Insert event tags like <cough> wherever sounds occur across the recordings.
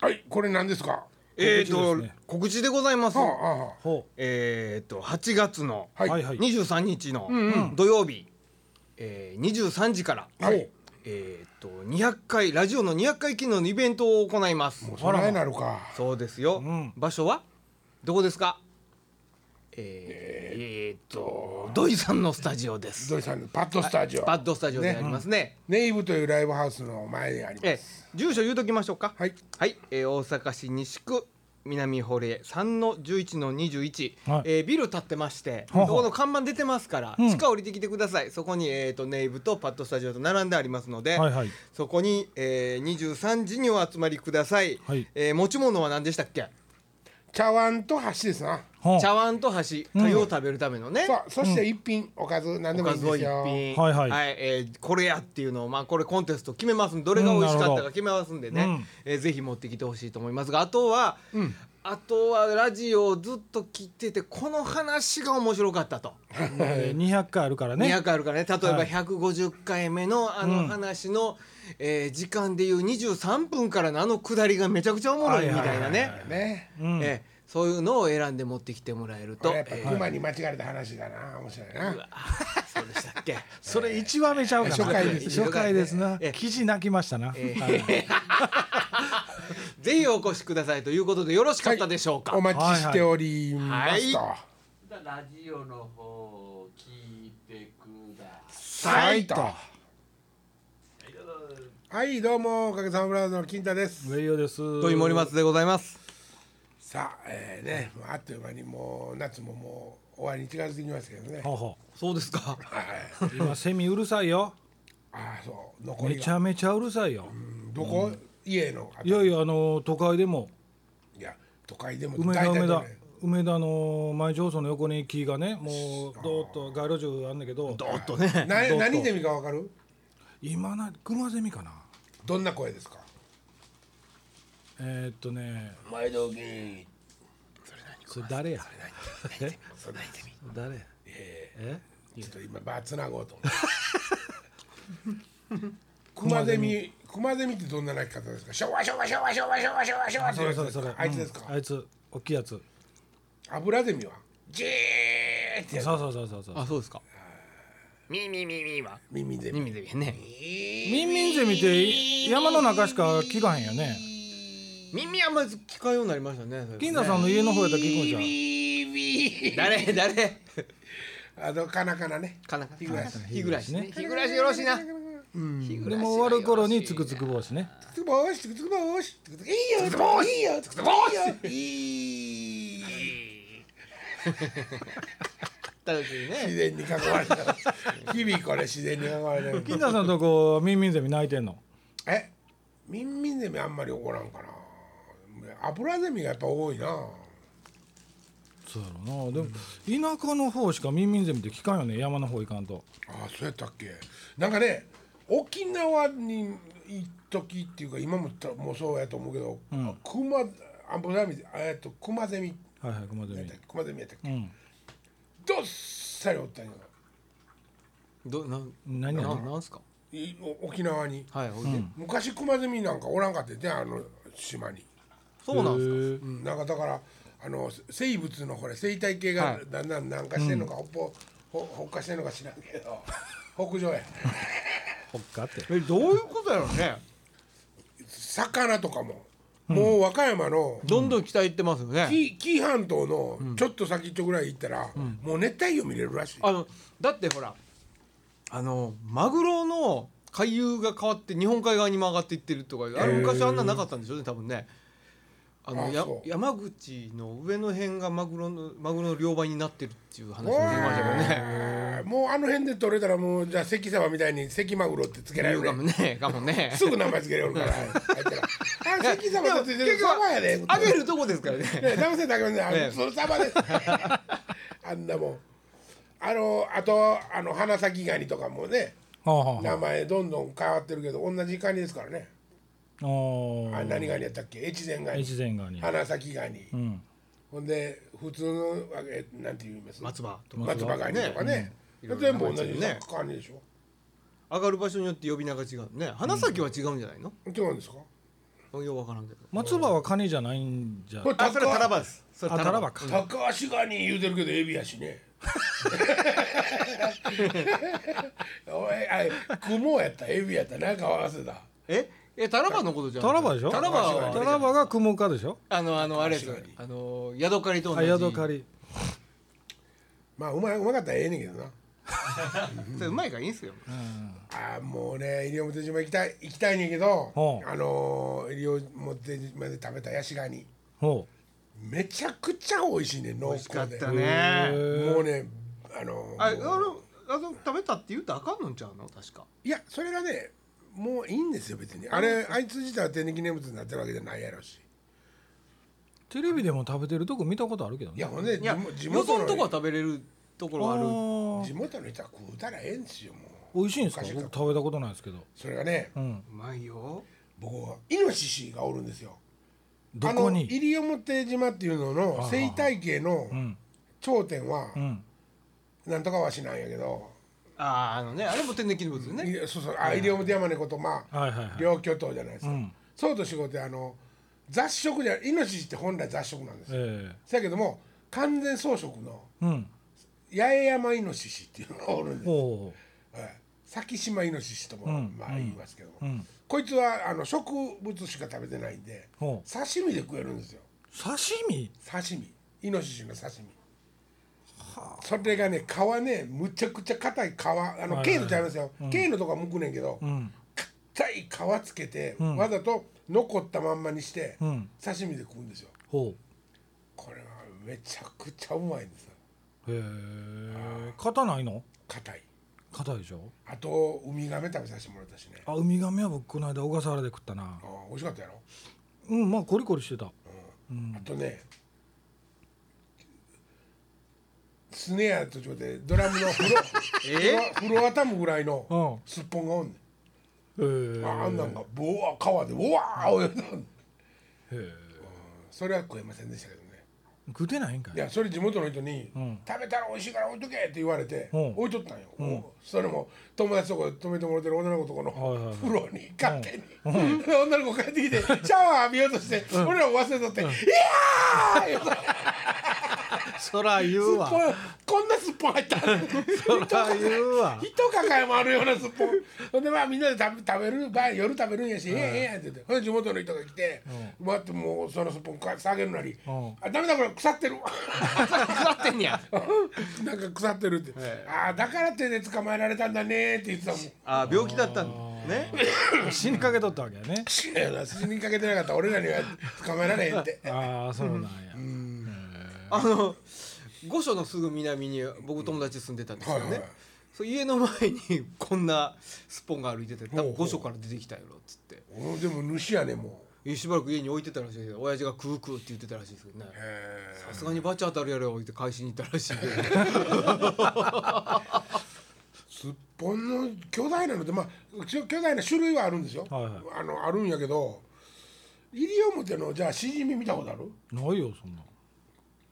はいこれ何ですかえっ、告と、知ですね告知でございます。はあはほえっ、と8月のあははいいはい23日のん土曜日、えー、23時から、はいえっ、と200回ラジオの200回記念のイベントを行いますもう。そないなるかそうですよ。うん場所はどこですか？えーえーと土井さんのスタジオです。土井さんのパッドスタジオパッドスタジオでありますねネイブというライブハウスの前にありまえすー住所言うときましょうか。はいはい、えー大阪市西区南堀江3の11の21、はいえービル建ってまして、ははそこの看板出てますから、うん地下降りてきてくださいそこに、えー、とネイブとパッドスタジオと並んでありますので、うはいはいそこに、えー、23時にお集まりください、はいえー持ち物は何でしたっけ茶碗と箸ですなほう茶碗と箸ん粥を食べるためのね、そうそして一品おかず何でおもいかいんずをで一すよ品はいはいえーこれやっていうのをまあこれコンテスト決めますんでどれが美味しかったか決めますんでね、うんなるほどえーぜひ持ってきてほしいと思いますがあとは、あとはラジオをずっと聞いててこの話が面白かったと、えー200回あるからね200回あるからね例えはばい150回目のあの話の、えー時間でいう23分からのあの下りがめちゃくちゃおもろいみたいなね、ねうんえーそういうのを選んで持ってきてもらえる、ことれやっぱえー熊に間違えた話だな面白いなそうでしたっけ <laughs> それ一話目ちゃうかな初回です初回ですなええ記事泣きましたなはいぜひお越しくださいということでよろしかったでしょうか、お待ちしておりますとはラジオの方を聞いてくだささいとははいどうもおかげさまブラザーズの金太ですい上尾ですとい森松でございますさあ、えーね、もうあっという間にもう夏ももう終わりに近づいてきましたけどね。ほうほ <laughs> そうですかはい、う今セミうるさいよああ、そう、残めりちが。ゃめちゃうるさいよどこ、家の。いやいやあの都会でもいや、都会でも梅田大体梅田ね梅田の前上層の横に木がねもうどーっと街路樹あんねんけ <laughs> どおっとねな、どこ何ゼミかわかる。今な車ゼミかなどんな声ですか。えーっとね前の時。それ誰やえそんなゼミ。誰えええちょっと今、バーつなごうと思って。熊ゼミ、熊ゼミってどんな鳴き方ですか。ショワショワショワショワショワショワショワってそやれつそれでそすれか。あいつですうんあか。いつ大きいやつアブラゼミは。ジーってやつ。そうそうそうそうそうあそうですかみみみみは耳ゼみミ。みでねミンミンゼミって山の中しか聞かへんよね耳あんまり聞かんようになりましたね金田さんの家の方やったら聞くんじゃんビービー。誰誰あのかなかなね。かなか日暮らし日暮らしね日日暮暮ららししよよろろししいいななうん。日暮らでしはも終わる頃につくつく帽子ねつくぼーし、つくつくぼーし、つくつくいいよ、つくぼーし、いいよ、つくつくぼーし。いい。楽しい自ね然に囲われたら。日々これ自然に囲われてる。金田さんとこミンミンゼミ泣いてんのえ、ミンミンゼミあんまり怒らんかな。油ゼミがやっぱ多いな。そうやろなでも田舎の方しかミンミンゼミって聞かんよね山の方行かんとあ、そうやったっけ。なんかね、沖縄に一時っていうか今もたもうそうやと思うけど、うん熊油ゼミ、えっと熊ゼミはいはい熊ゼやっミたっけ、熊ゼミやったっけう。んどっさりおったんやどなん何やなねなんすかいお沖縄にはいおいで、昔熊ゼミなんかおらんかったじゃあの島に、そうなんですかすうん、なんかだからあの生物のほれ生態系がはいだんだん南下してんのか、北方ほ北下してんのか知らんけど <laughs> 北上やほっかってえどういうことやろうね魚とかも、もう和歌山のどんどん北行ってますよね紀紀伊半島のちょっと先っちょぐらい行ったら、もう熱帯魚見れるらしい、あのだってほらあのマグロの海流が変わって日本海側にも上がっていってるとかあれへー昔あんななかったんでしょうね多分ねあのあやそう山口の上の辺がマグロのマグロの両倍になってるっていう話もお聞きーましたけどねもうあの辺で取れたらもうじゃあ関沢みたいに関マグロってつけられ言るうねかもねか <laughs> もねすぐ名前つけれおる <laughs> から。あいつらあ、関様だって、結局サバやで。あげるとこですか <laughs> らね、ね騙せたらあかんね。あえのえそのサバです。あんなもん。あの、あと、あの、花咲ガニとかもね、はあはあはあ名前どんどん変わってるけど、同じガニですからね。あーあ、何ガニやったっけ、越前ガニ。越前ガニ花咲ガニう。んほんで、普通の、あえなんて言います。松葉とか松葉ガニとかね。ね全部同じねガニでしょ。上がる場所によって呼び名が違うね花咲は違うんじゃないの違うんですか。ようわからんけど松葉はカニじゃないんじゃこれあそれタラ高バですそれあタラバかか高橋ガニ言うてるけどエビやしねおいあれ雲やったエビやったなんか合わせたええタラバのことじゃんタラバでしょタラバはタラバが雲かでしょあのあのあれです確かにあのヤドカリと同あじヤドカリまあうまいうまかったらええねんけどなそれうまいからいいんすよあーもうね西表島行きたい行きたいねんけどほうあのー西表島で食べたヤシガニほめちゃくちゃ美味しいね濃美味厚しかっでたうねもうねあのーああもうのあの食べたって言うとあかんのんちゃうの確かいやそれがねもういいんですよ別にあれあいつ自体は天然記念物になってるわけじゃないやろしテレビでも食べてるとこ見たことあるけどねいやほんでいや地よそ元のとこはの食べれるところああるー地元の人は食うたらええんですよもう美味しいんですかおかしいか僕食べたことないですけどそれがねうんうまいよ僕はイノシシがおるんですよどこあのに西表島っていうのの生態系のうん頂点はうんなんとかわしなんやけど、あああのねあれも天然記念物よねいやそうそうあ西表山猫とまあ、はいはいはい両巨頭じゃないですか、うんそうと仕事であの雑食じゃイノシシって本来雑食なんですよえだ、けども完全草食のえうん八重山イノシシっていうのがおるんですよおうはい先島イノシシとも、うんまあ言いますけども、うんこいつはあの植物しか食べてないんでほう刺身で食えるんですよ刺身刺身イノシシの刺身それがね皮ねむちゃくちゃ硬い皮あのはい毛のちゃいますよ毛のとこはむくねんけどうん硬い皮つけてんわざと残ったまんまにしてうん刺身で食うんですよほこれはめちゃくちゃうまいんですようへえ肩ないの硬い肩でしょあとウミガメ食べさせてもらったしねああウミガメは僕この間小笠原で食ったなー美味しかったやろうんまあコリコリしてたあとねスネアと違ってドラムの <laughs> フロえフロフロアタムぐらいのうすっぽんがおんねんへえああんなんがボワ川でボワー泳いだそれは食えませんでしたけどね食ってないんかいいやそれ地元の人に、ん食べたら美味しいから置いとけって言われて、うん置いとったんよ、それも友達とこで泊めてもらってる女の子とこのはいはいはい風呂に勝手に、 <laughs> 女の子帰ってきてシャワー浴びようとして、俺らも忘れとって「いやー!」言うたそら言すっ <laughs> ぽうんわこんなすっぽん入ったそら言うわ一抱えもあるようなすっぽんほんでまあみんなで食べ食べる晩夜食べるんやし「ええええやん」って言ってほんで地元の人が来て、待ってもうそのすっぽんか下げるなり「んあダメだこれ腐ってる」 <laughs> 腐ってんやなんか腐ってるって、ああだから手で捕まえられたんだねって言ってたも <laughs> んあー病気だったんだね死にかけとったわけやね死ねえな死にかけてなかったら俺らには捕まえられへんって <laughs> ああそうなんやあの御所のすぐ南に僕友達住んでたんですよね、はいはいそう家の前にこんなスッポンが歩いててほ多う分ほう御所から出てきたやろっつっておでも主やねもえしばらく家に置いてたらしいけど親父が「食う食う」って言ってたらしいですけどねうへさすがにバチ当たるやろ言って返しに行ったらしい <laughs> けどすっぽんの巨大なのってまあうちの巨大な種類はあるんですよ、はいはいあのあるんやけど西表のじゃあシジミ見たことあるないよそんな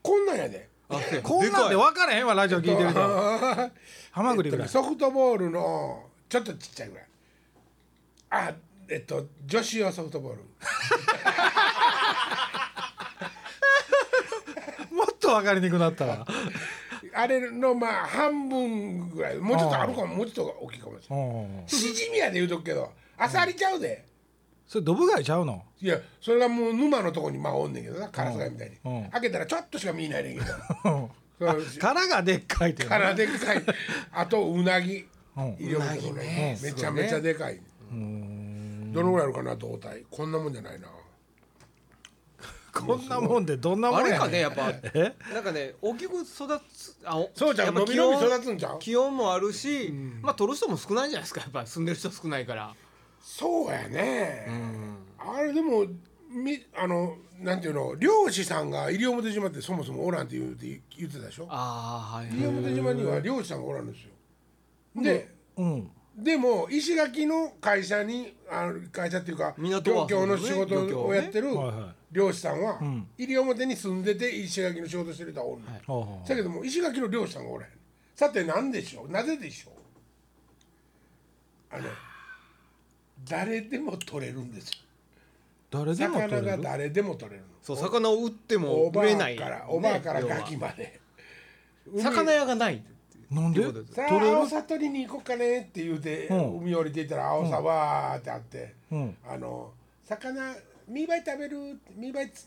こんなんやであそうやこんなんででか分からへんわラジオ聞いてるとハマグリぐらいソフトボールのちょっとちっちゃいぐらいあえっと女子用ソフトボールもっと分かりにくくなったわあれのまあ半分ぐらいもうちょっとあるかももうちょっと大きいかもしれないうんシジミやで言うとくけどアサリちゃうで、それドブ貝ちゃうのいやそれがもう沼のとこにまあおんねんけどなカラスガイみたいに、うん開けたらちょっとしか見えないねんけどうんそう <laughs> 殻がでっかいっていうの腹でっ <laughs> かいあとうなぎうん医療のところねめちゃめちゃでかい、どのぐらいあるかな胴体こんなもんじゃないなこんなもんでどんなあもんれやかねねんやっぱえなんかね大きく育つあおそうちゃんや伸っぱび気伸温び育つんちゃう気温もあるし、まあ取る人も少ないんじゃないですかやっぱ住んでる人少ないからそうやね、あれでもみあのなんていうの漁師さんが西表島ってそもそもおらんって言うて言ってたでしょああはい西表島には漁師さんがおらんですよで、うんでも石垣の会社にあの会社っていうか港は漁協の仕漁協事をねやってるはいはい漁師さんはん西表に住んでて石垣の仕事してる人はおるの、はいほうほうだけども石垣の漁師さんがおらへんさて何でしょうなぜでしょうあの誰でも取れるんですよ誰でも取魚れがる誰でも取れるのそう魚を売ってもおば売あれないからおばあからねガキまで要は <laughs> 魚屋がないってなんいでうことですさあ取れる青さ取りに行こうかねって言うて、うん海降りていったら青さわーってあって、うんあの魚見栄え食べる見栄えつ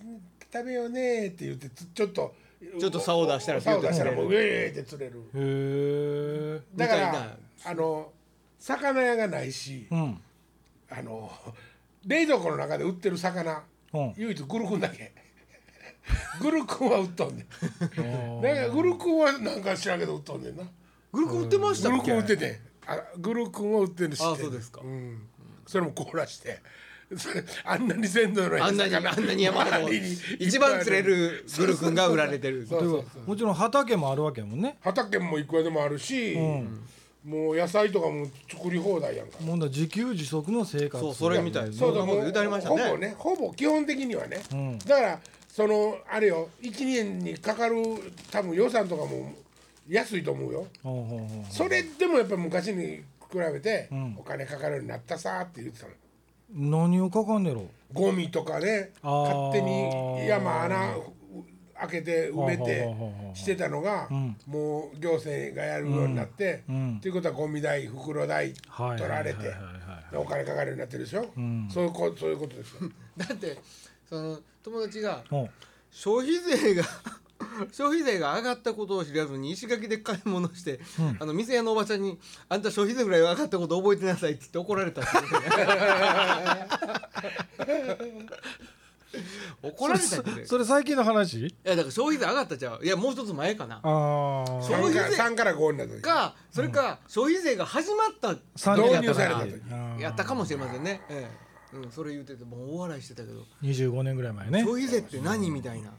食べようねって言ってつちょっとちょっと竿出したら竿出したらもうウピュェーって釣れるへえだかみたいならあの魚屋がないし、うんあの冷蔵庫の中で売ってる魚うん唯一グルクンだけ <laughs> グルクンは売っと <laughs> んねんあだからグルクンはなんか知らんけど売っとんねんなグルクン売ってましグたルっクン売っけててあグルクンを売ってるしあそうですかん、それも凍らして <laughs> それあんなに鮮度のいいあんなにあんなに山周 <laughs> ほどりに一番釣れるグルクンが売られてるそうそうーもちろん畑もあるわけやもんね畑もいくらでもあるし、もう野菜とかも作り放題やんかもんだ自給自足の生活そうそれみたいなそうだそんなこと言うてありましたねほぼねほぼ基本的にはね、んだからそのあれよ1年にかかる多分予算とかも安いと思うよほうほうほうそれでもやっぱ昔に比べてんお金かかるようになったさーって言ってたの何をかかんねやろゴミとかねあー勝手に山穴う開けて埋めほてうほうほうほうしてたのが、んもう行政がやるようになって、うんうんっていうことはゴミ代袋代はい取られて、はいはいはいはいでお金かかるようになってるでしょ、んそういうこそういうことですよだってその友達がうん消費税が <laughs> 消費税が上がったことを知らずに石垣で買い物して、あの店屋のおばちゃんに「あんた消費税ぐらい上がったこと覚えてなさい」って言って怒 <laughs> られたっていうね怒られたってねいそれ最近の話やだから消費税上がったじゃんいやもう一つ前かなああそう3いうから税3から5になった時かそれか消費税が始まった導入された時やったかもしれませんね、ええうん、それ言うててもう大笑いしてたけど25年ぐらい前ね消費税って何みたいな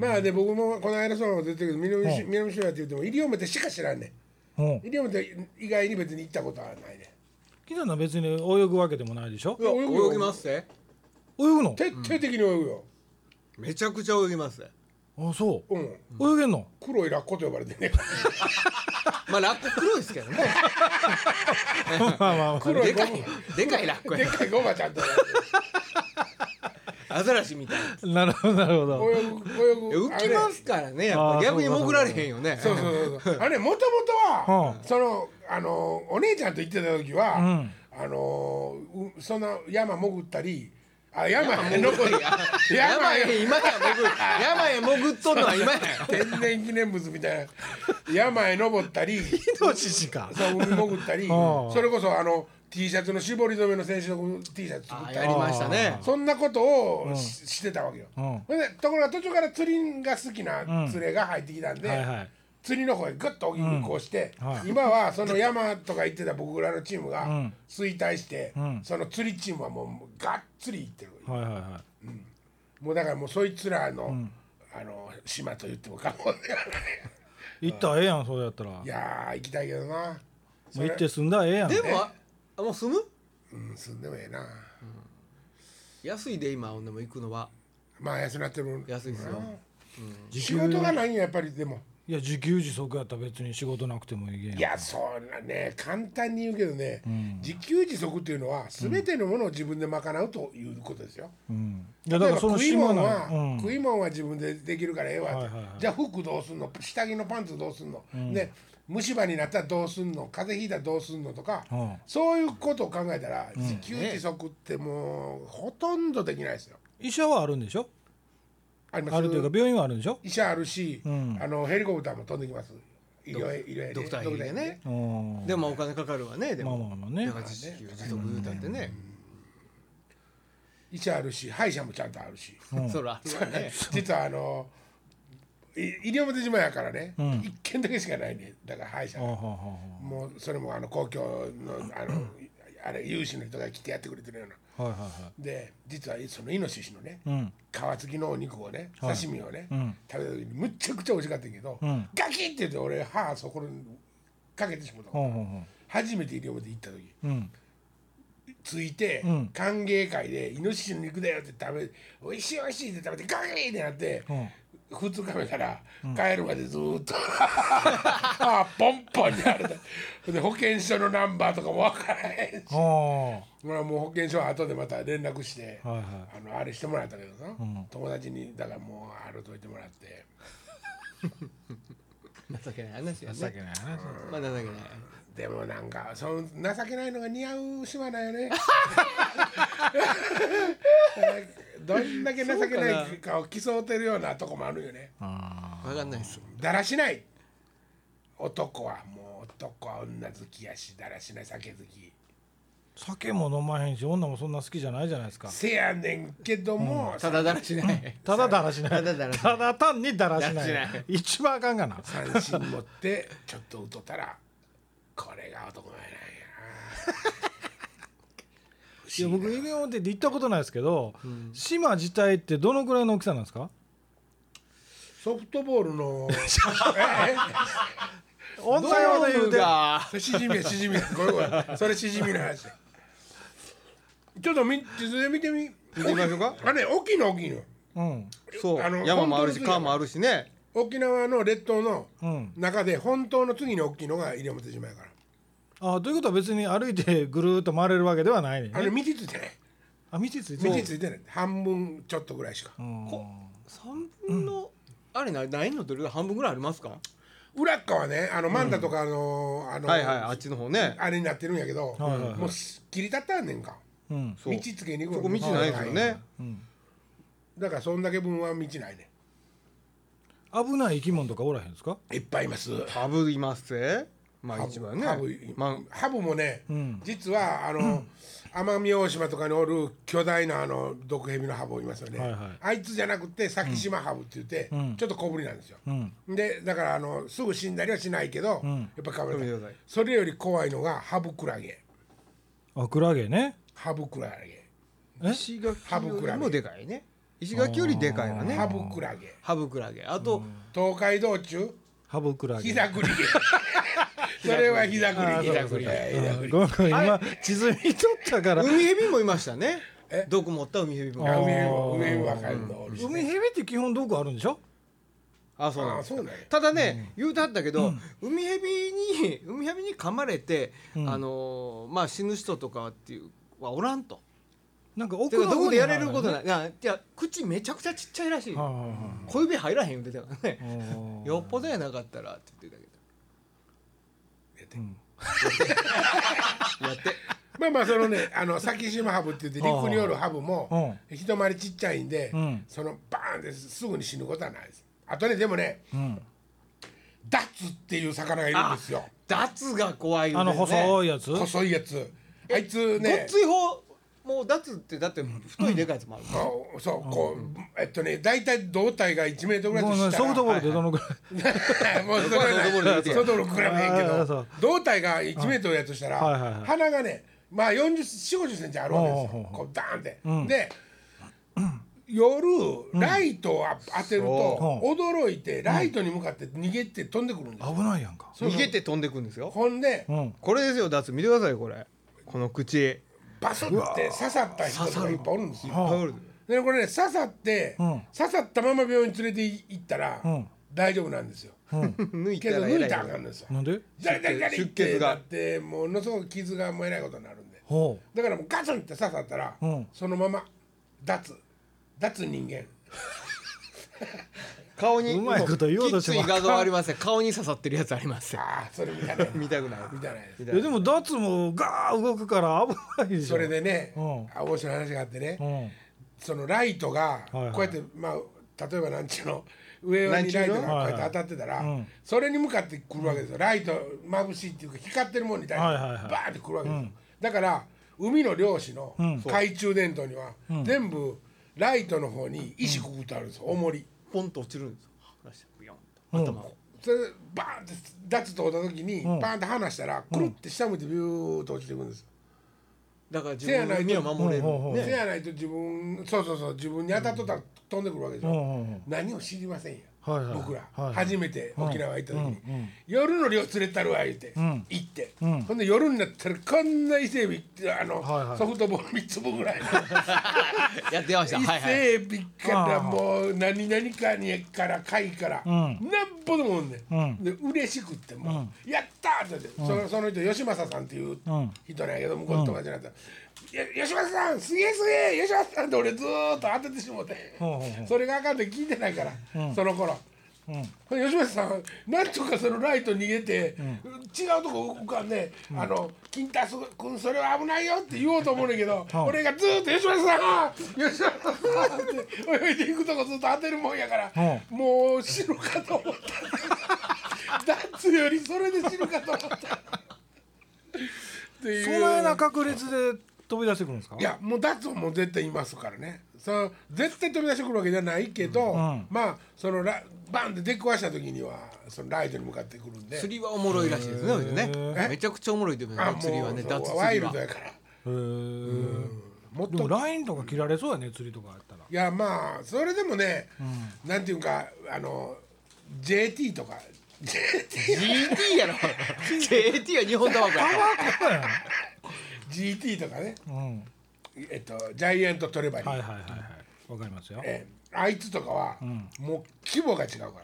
まあで僕もこの間そうなこと言ってるけど南しうん南島って言っても西表しか知らんねうんん西表以外に別に行ったことはないねキナナ別に泳ぐわけでもないでしょいや泳ぐよ泳ぎますって泳ぐの徹底的に泳ぐよ、めちゃくちゃ泳ぎますってあそうんう泳げ <laughs> んの黒いラッコと呼ばれてんねんまあラッコ黒いですけどねまあまあまあ黒でいゴかムいでかいラッコでやっかいゴマちゃんとアザラシみたいなるほどなるほど泳ぐな泳ぐ浮きますからねやっあぱー逆に潜られへんよねあれねそうそう <laughs> そうそうあれもともとはうんそのあのお姉ちゃんと行ってた時は、うんあのうそんな山潜ったりあ山山へ <laughs> 残り潜り山へ今や潜る山へ潜っとんのは今や天然記念物みたいな山へ登ったり命しかそう海潜ったり <laughs> ああそれこそあの T シャツの絞り染めの染色 T シャツ作っあ <laughs> やたりりましたねそんなことをし,、てたわけよ、うんほんでところが途中から釣りが好きなん連れが入ってきたんで、はいはい釣りの方へグッと大きく移行して、うんはい今はその山とか行ってた僕らのチームがん衰退して、んその釣りチームはもうがっつり行ってるはいはいはもうだからもうそいつらの、あの島と言っても過言ではないい行ったらええやんそうやったらもいやー行きたいけどなう行って住んだらええやんでもああもう住むうん住んでもええな、安いで今ほんでも行くのはまあ安くなってる安いですよ仕事がないんややっぱりでもいや自給自足やったら別に仕事なくてもいいやんいやそんなね簡単に言うけどね、自給自足っていうのは全てのものを自分で賄うということですよ、うんい例やえだばからその食い物島のは、うん食い物は自分でできるからええわって、はいはいはいじゃあ服どうすんの下着のパンツどうすんの、で虫歯になったらどうすんの風邪ひいたらどうすんのとか、うんそういうことを考えたら、自給自足ってもうほとんどできないですよ。医者はあるんでしょありますあるというか病院はあるんでしょ医者あるし、んあのヘリコプターも飛んできます。医療へ医療へねドクターヘリでねうんでもお金かかるわねでまあもまあまあねだから自給自足言うたってね医者あるし歯医者もちゃんとあるし、そらあるわ <laughs> ね実はあのい西表島やからね、一軒だけしかないねだから歯医者あはがははもうそれもあの公共のあのあれ有志の人が来てやってくれてるようなはいはいはいで実はそのイノシシのね、うん皮付きのお肉をね刺身をね、ん食べた時にむっちゃくちゃ美味しかったんやけど、んガキって言って俺歯そこにかけてしまった、ほんほんほん初めて西表行った時うんついて、うん歓迎会でイノシシの肉だよって食べ美味しい美味しいって食べてガキってなって、うん2日目から帰るまでずーっと、 <laughs> あーポンポンにあれだで保険証のナンバーとかも分からへんしああほらもう保険証は後でまた連絡して、はいはいあのあれしてもらったけどさ、友達にだからもうあれといてもらって情けない話やね情けない話まあ情けないでもなんかその情けないのが似合う島だよね <laughs> どんだけ情けないかを競ってるようなとこもあるよねあ分かんないですだらしない男はもう男は女好きやしだらしない酒好きー酒も飲まへんし女もそんな好きじゃないじゃないですかせやねんけども、ただだらし <laughs> ないただだらしないただだらしない単にだらしないだらしない一番あかんがな三振持ってちょっと打っとったらこれが男前なんやいや僕西表って行ったことないですけど、島自体ってどのくらいの大きさなんですかソフトボール <laughs> の温ド帯まで言ーうムてがそれしじみやしじみやこれこれそれしじみの話ちょっとみ地図で見てみ見てみましょうかあれ大きいの大きいのうんそうあの山もある本し当に川もあるしね沖縄の列島のうん中で本当の次に大きいのが西表島やからあということは別に歩いてぐるーっと回れるわけではないねんあれね道ついてないあ道ついて道るついてない半分ちょっとぐらいしかうんこ三分のあれなないのどれぐらい半分ぐらいありますか裏っ側ねあのマンダとかあの、あの、はいはいあっちの方ねあれになってるんやけど、はいはいはいもうすっきり立ったんねんかうんそ道うつけに行くそのこ道ないですよはいねうんだからそんだけ分は道ないね危ない生き物とかおらへんですかんいっぱいいますハブいますぜまあハブ一番ねハブ,、まハブもね、ん実はあの、奄美大島とかにおる巨大なあの毒蛇のハブいますよね、はいはいあいつじゃなくて先島ハブって言って、んちょっと小ぶりなんですよ、うんでだからあのすぐ死んだりはしないけど、んやっぱかぶれ噛みたつかれたそれより怖いのがハブクラゲあクラゲねハブクラゲあ石垣よりもでかいね石垣よりでかいわねハブクラゲハブクラゲあと東海道中ハブクラゲ膝く <laughs> り毛それは膝くり毛膝栗毛ええ膝栗毛ごめんごめん今地図見とったから海ヘビもいましたねえ毒持った海ヘビもああ海ー海海若いのおるしね海ヘビって基本毒あるんでしょあそうあなんであすそうなんやただね、言うてはったけど、海蛇に海蛇に噛まれて、んあのーまあ死ぬ人とかっていうはおらんと。なんかて奥かのど方こでやれるにことはない。いやいや口めちゃくちゃちっちゃいらしい。いはいはい小指入らへん言うてたからね。おーよっぽどやなかったらって言ってたけど。やって。まあまあそのねあの先島ハブって言って陸におるハブもう一回りちっちゃいんで、うんそのバーンですすぐに死ぬことはないですあとねでもねうんダツっていう魚がいるんですよ脱が怖いよあね。の細いやつ細いやつあいつごっねつい方もう脱ってだって太いでかいやつもある。あそうこうえっとね大体胴体が1メートルぐらいごとめんごめんしたソらフトボールってどのぐらい <laughs> もうそれはないソフトボールでいいやつやソフトボール比べへんけあーそどう胴体が1メートルやとしたら、はいはいはい鼻がねまあ4 0 4 5 0センチあるわけですほうよほうほうこうダーンって、で夜ライトを当てると、驚いてライトに向かって逃げて飛んでくるんですよ、危ないやんかそう逃げて飛んでくんですよ。ほんで、うんこれですよ脱見てくださいこれ。この口。バスって刺さった人とかいっぱいおるんですよはあタオル <laughs> ででこれね刺さって、うん刺さったまま病院連れて行ったら、うん大丈夫なんですよ <laughs> 抜いたけどらえ抜らいいたらあかんのですよなんでザリザリザリっ出て血がなってものすごく傷がもうえらいことになるんでほだからもうガツンって刺さったら、うんそのまま脱脱人間顔にうまいこと言おうとしてきもつい画像ありません顔に刺さってるやつありませんああそれ見たない見たくない見たないです見うたいやでもダツもガー動くから危ないでしょそれでね、うんあ面白い話があってね、うんそのライトがいはいこうやって、まあ例えばなんちゅうの上にライトがこうやって当たってたら、いはいうんそれに向かってくるわけですよライト眩しいっていうか光ってるもんに対して、はいはいはいバーンってくるわけですよ、だから海の漁師のん懐中電灯には、全部ライトの方に石くくってあるんですよ重りポンと落ちるんですよ離してビヨンうんと頭をそれでバーンってダツと折った時に、んバーンって離したらくるって下向いてビューッと落ちていくんですよだから自せや分なのいと身を守れるほうほうほうせねやないと自分そうそうそう自分に当たっとったら飛んでくるわけでしうんょ、うんうん何を知りませんよははいはい僕ら、はい初めて沖縄行った時に、うんうん夜の漁連れてったるわ言うて、ん行って、うんほんで夜になったらこんな伊勢海老あの、はいはいソフトボール3つ分ぐら <laughs> いやってました伊はいはい勢海老からもう何々かにから貝から、んなんぼでもおんね、うんん、で嬉しくってもう、やったーって言って、そのその人吉政さんっていううん人なんやけど向こうの友達になったら、や吉政さんすげえすげえ吉政さんって俺ずーっと当ててしもうて、ほうほうほうそれがあかんって聞いてないから、その頃。ほんで吉松さんなんとかそのライト逃げて、違うとこ浮かんで、あの「金太君それは危ないよ」って言おうと思うねんだけど、俺がずーっと「吉松さん吉松さん!」って泳いでいくとこずっと当てるもんやから、うもう死ぬかと思った <laughs> ダッツよりそれで死ぬかと思 <laughs> ったっていうそのような確率で飛び出してくるんですかいやもうダッツはもう絶対いますからねその絶対飛び出してくるわけじゃないけど、んまあそのラバンって出くわした時にはそのライトに向かってくるんで釣りはおもろいらしいですねほいでねめちゃくちゃおもろいって言うあねもう釣りはねそう脱釣ワイりルはドやからへーもっでもとラインとか切られそうやね釣りとかやったらいやまあそれでもね、なんていうかあの JT とか JT GT やろ GT は日本タバコや GT とかねうんえっとジャイアントトレバリー、はいはいはいはいわかりますよええあいつとかは、もう規模が違うか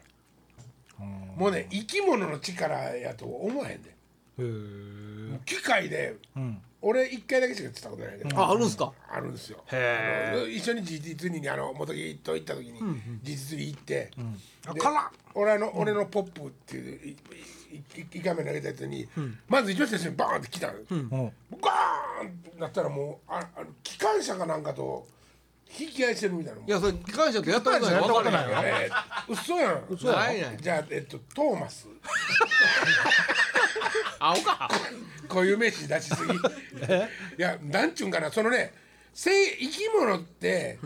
ら、もうね生き物の力やと思わへんで、へー機械で、ん俺一回だけしか釣ったことないけど、ああるんすかあるんですよあの一緒に GT2 にあの元木と行った時に GT2 行って、で俺の俺のポップっていういいいい画面投げたやつに、まず一応最初にバーンって来たの、うんガーンってなったらもうああの機関車かなんかと引き合いしてるみたいないやそれ機関車ってやったことないやったこわとかんなないいよよえー、嘘やん嘘やろないないじゃあえっとトーマス青かこういう名詞出しすぎ。いや、なんちゅうんかな、そのね、生生き物って、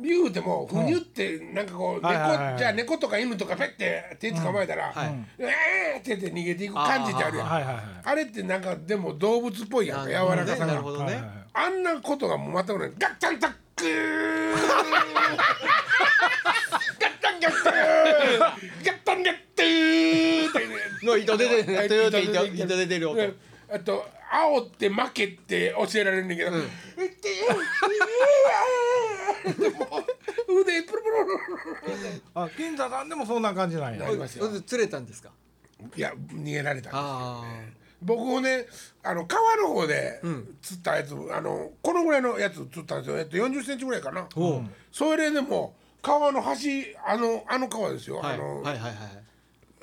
言うても、ふにゅって、なんかこう、猫、はいはいはいじゃあ猫とか犬とかペッて手捕まえたら、ええーって言って逃げていく感じってあるやん。はいはいはいあれってなんか、でも動物っぽいやんか、柔らかさなるがほ。どはいねはいはいあんなことがもう全くない。ガッタンタックーガッタンガッターガッタンガッターってねの糸出てるねはい糸出てる糸糸出てる糸出てる音ねあと煽って負けって教えられるんだけど、うっけーうわーでもう腕プルプルプルプルあ金座さんでもそんな感じなんやなりますよそれで釣れたんですかいや逃げられたんですあ僕もねあの川の方で釣ったやつ、あのこのぐらいのやつ釣ったんですよ、えっと、40センチぐらいかな、それでも川の端あのあの川ですよ、あはあいの、はいはいはい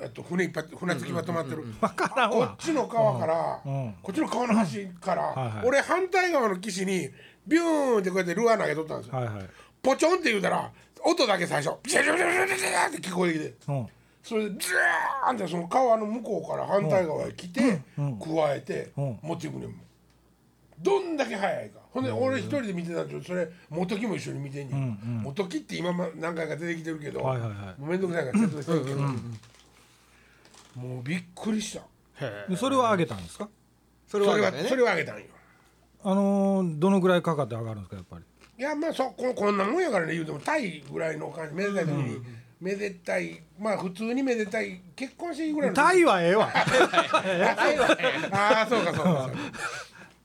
えっと、船いっぱい船着き場止まってる、からんわこっちの川から、んうんこっちの川の端から、はいはい俺反対側の岸にビューンってこうやってルアー投げとったんですよ、はいはいポチョンって言うたら音だけ最初ビシャビシャビシャビシャビシャって聞こえてきてうんそれでズーンってその川の向こうから反対側へ来て、加えて、うん持っていくねんもんどんだけ早いかほんで俺一人で見てたんですよそれ元木も一緒に見てんねん、元木って今ま何回か出てきてるけど、はいはいはもうめんどくさいから説明してるけど、もうびっくりしたでそれは上げたんですかそそれはあれれはだよねそれはあげたんよあのーどのぐらいかかって上がるんですかやっぱりいやまあそここんなもんやからね言うてもタイぐらいのお金めでたい時に、めでたいまあ普通にめでたい結婚式ぐらいのタイはええわ <laughs> ああそうかそうか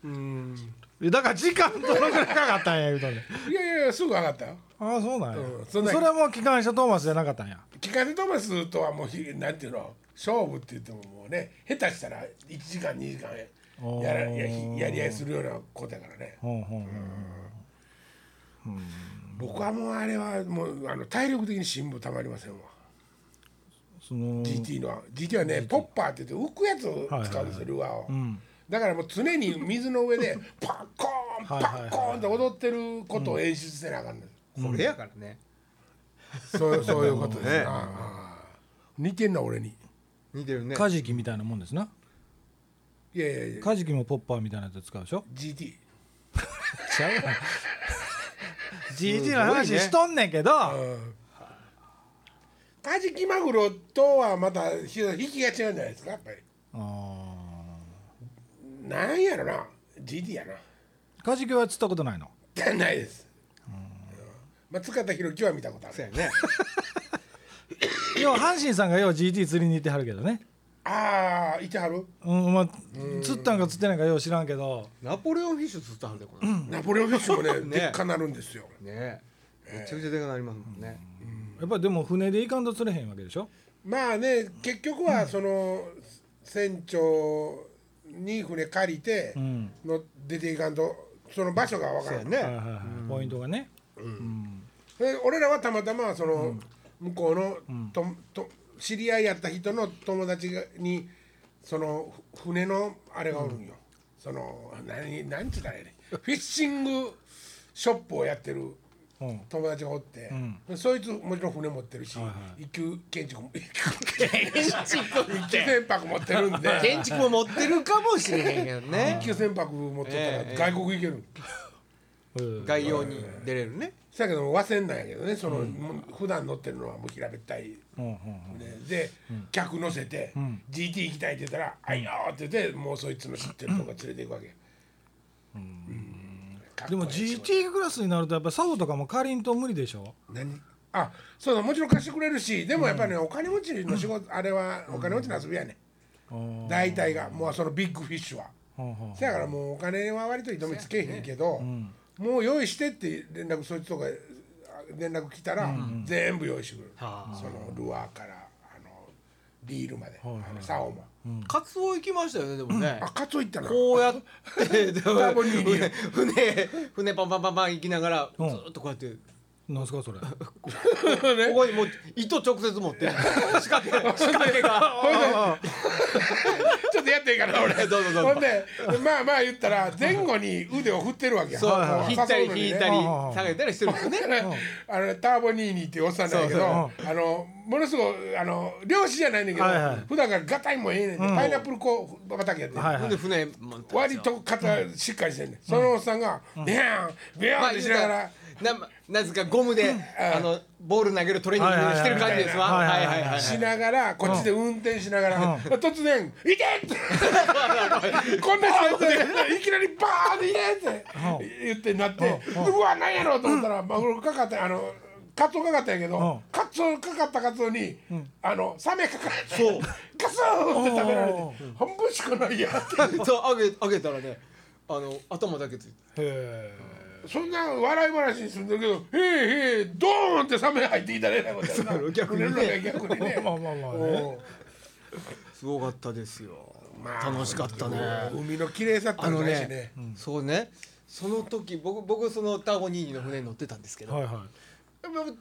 そうだから時間どのぐらいかかったんや言うとねかいやいやいやすぐ上がったよ <laughs> ああそうなんや、うんそそんなれはもう機関車トーマスじゃなかったんや聞かせトマスとはもうひなんていうの勝負って言ってももうね下手したら1時間2時間やらやひやり合いするようなことやからねほうほうほう僕はもうあれはもうあの体力的に辛抱たまりませんわその GT の GT はねポッパーって言って浮くやつをはい使はうんいですよルアーを、んだからもう常に水の上でパッコーンはいパはいはッいコーンって踊ってることを演出せなあかんの、これやからねそうそういうことですねなああ似てんな俺に似てるねカジキみたいなもんですないやいやいやカジキもポッパーみたいなやつ使うでしょ GT ち <laughs> ゃうやん GG の話しとんねんけど、カジキマグロとはまたひ引きが違うんじゃないですかやっぱりあなんやろな GT やなーカジキは釣ったことないのないです、うんまあ、塚田博樹は見たことあそうるやね要は阪神さんが要は GT 釣りに行ってはるけどね、ああいてはるうんまあ、釣ったんか釣ってないかよう知らんけどナポレオンフィッシュ釣ったはんでこれ、ナポレオンフィッシュもねねでっかなるんですよねえめちゃくちゃでかなりますもんね、やっぱりでも船で行かんと釣れへんわけでしょまあね結局はその船長に船借りてんの出ていかんとその場所がわからんねはいはいはいポイントがねで俺らはたまたまその向こうのとと知り合いやった人の友達がにそのふ船のあれがおるんよ、その何何つったらやねフィッシングショップをやってるうん友達がおって、そいつもちろん船持ってるし、一級建 <laughs> 築も一級建築一級船舶持ってるんで建築も持ってるかもしれへんけどね一級船舶持ってええたら外国行ける、うん概要に出れるねそやけど忘れんなんやけどねその、もう普段乗ってるのはもう平べったいうんうんねで、客乗せて、GT 行きたいって言ったら「あいよ」って言ってもうそいつの知ってるとこ連れていくわけ、うんかっでこもええし GT クラスになるとやっぱサブとかもかりんと無理でしょ何あそうだもちろん貸してくれるしでもやっぱりね、お金持ちの仕事、あれはお金持ちの遊びやね、うん大体がもうそのビッグフィッシュは、うんうんせやからもうお金は割と糸目つけへんけど、もう用意してって連絡そいつとかあ連絡来たら、全部用意してくれる、はあそのルアーからあのリールまで、あの竿も。カツオ行きましたよねでもねあ、カツオ行ったな。こうやって <laughs> でターボに船船船パンパンパンパン行きながらずっとこうや <laughs> って、なんすかそ <laughs> れここにもう糸直接持っ <laughs> て仕掛け仕掛けほんでがちょっとやっていいかな、俺。どうぞどうぞほんで、まあまあ言ったら、前後に腕を振ってるわけや。そうこう引ったり誘うのにね引いたりうんうんうん下げたりしてるんですよねあのターボニーニーっていうおっさんなんやけどそうあのものすごいあの漁師じゃないねんだけど、はいはい普段からガタイもええねんで、パイナップルこう畑やってんねん、はいほんで船持って割と肩しっかりしてんねん、そのおっさんが「ビャンビャン!」ってしながら、ななぜかゴムであのボール投げるトレーニングしてる感じですわはいははいいははいいはいしながらこっちで運転しながら、突然「いて!」 <laughs> ってこんな人でいきなりバーンって「いて!」って言ってなって「うわ何やろ?」と思ったらマグロかかったあのカツオかかったんやけどうカツオかかったカツオにあのサメかかってそうガツンって食べられてお「半分しかないや」って <laughs> そうあげあげたらねあの頭だけついてへそんな笑い話にするんだけど「へえへえドーン!」ってサメ入っていただいたことやそなう逆にね売れるのが逆にねまあまあまあねうんすごかったですよまあ楽しかったね海の綺麗さってあののないしねねそうねその時僕僕そのタゴニーニの船に乗ってたんですけえどはいはまあ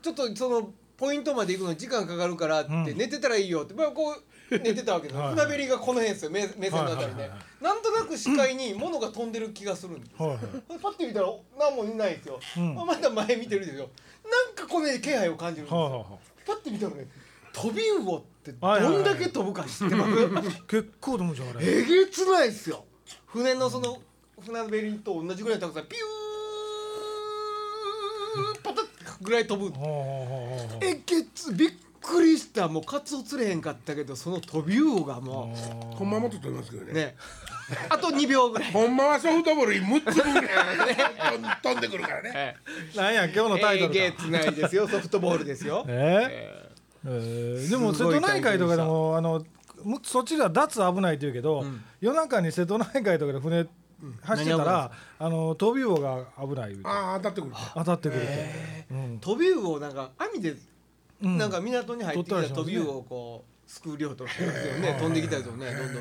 ちょっとそのポイントまで行くのに時間かかるからって寝てたらいいよって、まあ、こう寝てたわけですはい船べりがこの辺ですよ目目線のあたりはいはいねはいなんとなく視界に物が飛んでる気がするんです、はいはいパッて見たら何もいないんですよ、んまあまだ前見てるんですよなんかこの辺気配を感じるんですいよ、はいはパッて見たらね飛び魚ってどんだけ飛ぶか知ってます、い結構でもじゃああれえげつないですよ船のその船べりと同じぐらいの高さピューパタッぐらい飛ぶはあはあはあはあえげつびっくりしたもうカツオ釣れへんかったけどその飛び魚がもほんまはもっと取れますけどうね。ねあと2秒ぐらい、ほんまはソフトボールに6つ分ぐらい飛んでくるからね。 <laughs> え <laughs> なんや今日のタイトルかげつないですよソフトボールですよ、ええーでも瀬すごい戸内海とかでもあのむそっちでは脱危ないって言うけど、夜中に瀬戸内海とかで船走ってたら、あの飛び魚が危ない言うてああ当たってくる。当たってくるって、 <laughs> 飛び魚をなんか網でうんなんか港に入ってきた取ったりしますね飛び魚をこうすくう量とかしてますよね飛んできたりとかねどんどんと、うん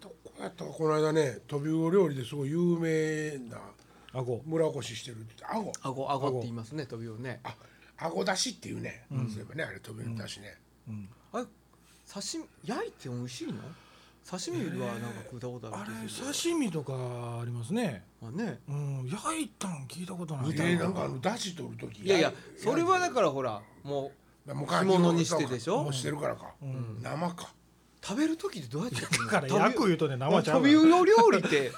どこやったかこの間ね飛び魚料理ですごい有名なあこう村おこししてるってアゴあごあごって言いますね飛び魚ねあアゴだしっていうね、そういえばねあれ飛び魚だしね、あれ刺身焼いて美味しいの刺身よりはなんか食ったことああるれんですけど刺身とかありますね、まあねうん、焼いたん聞いたことないえー、なんかあのだし取る時いやいやそれはだからほらもう干物にしてでしょもうしてるからか、生か食べる時ってどうやって食べるだのから焼く言うとね生ちゃう飛かびら魚料理って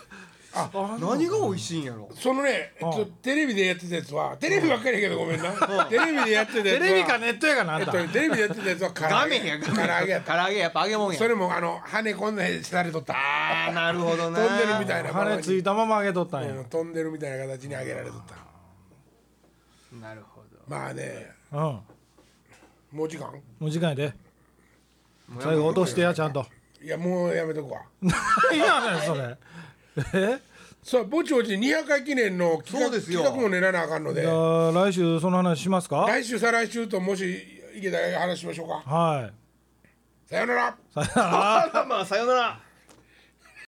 あ何が美味しいんやろそのね、えっと、テレビでやってたやつはテレビばっかりやけどごめんなテレビでやってたやつテはレビかネットやからなえあん、ったとねテレビでやってたやつは唐画揚面やげ画唐面揚げやった唐揚げやっぱ揚げ物やそれもあの羽こんなにされとったあーなるほどな飛んでるみたいな羽ついたまま揚げとったんや、うん飛んでるみたいな形に上げられとったなるほどまあねうんもう時間もう時間やでもうやめ最後落としてやちゃんといやもうやめとくわいやねそれえさあぼちぼち200回記念の企そう画ですよ企画も練らなあかんのじでゃあ来週その話しますか来週再来週ともしいけたら話しましょうかはいさよならあらまあさよなら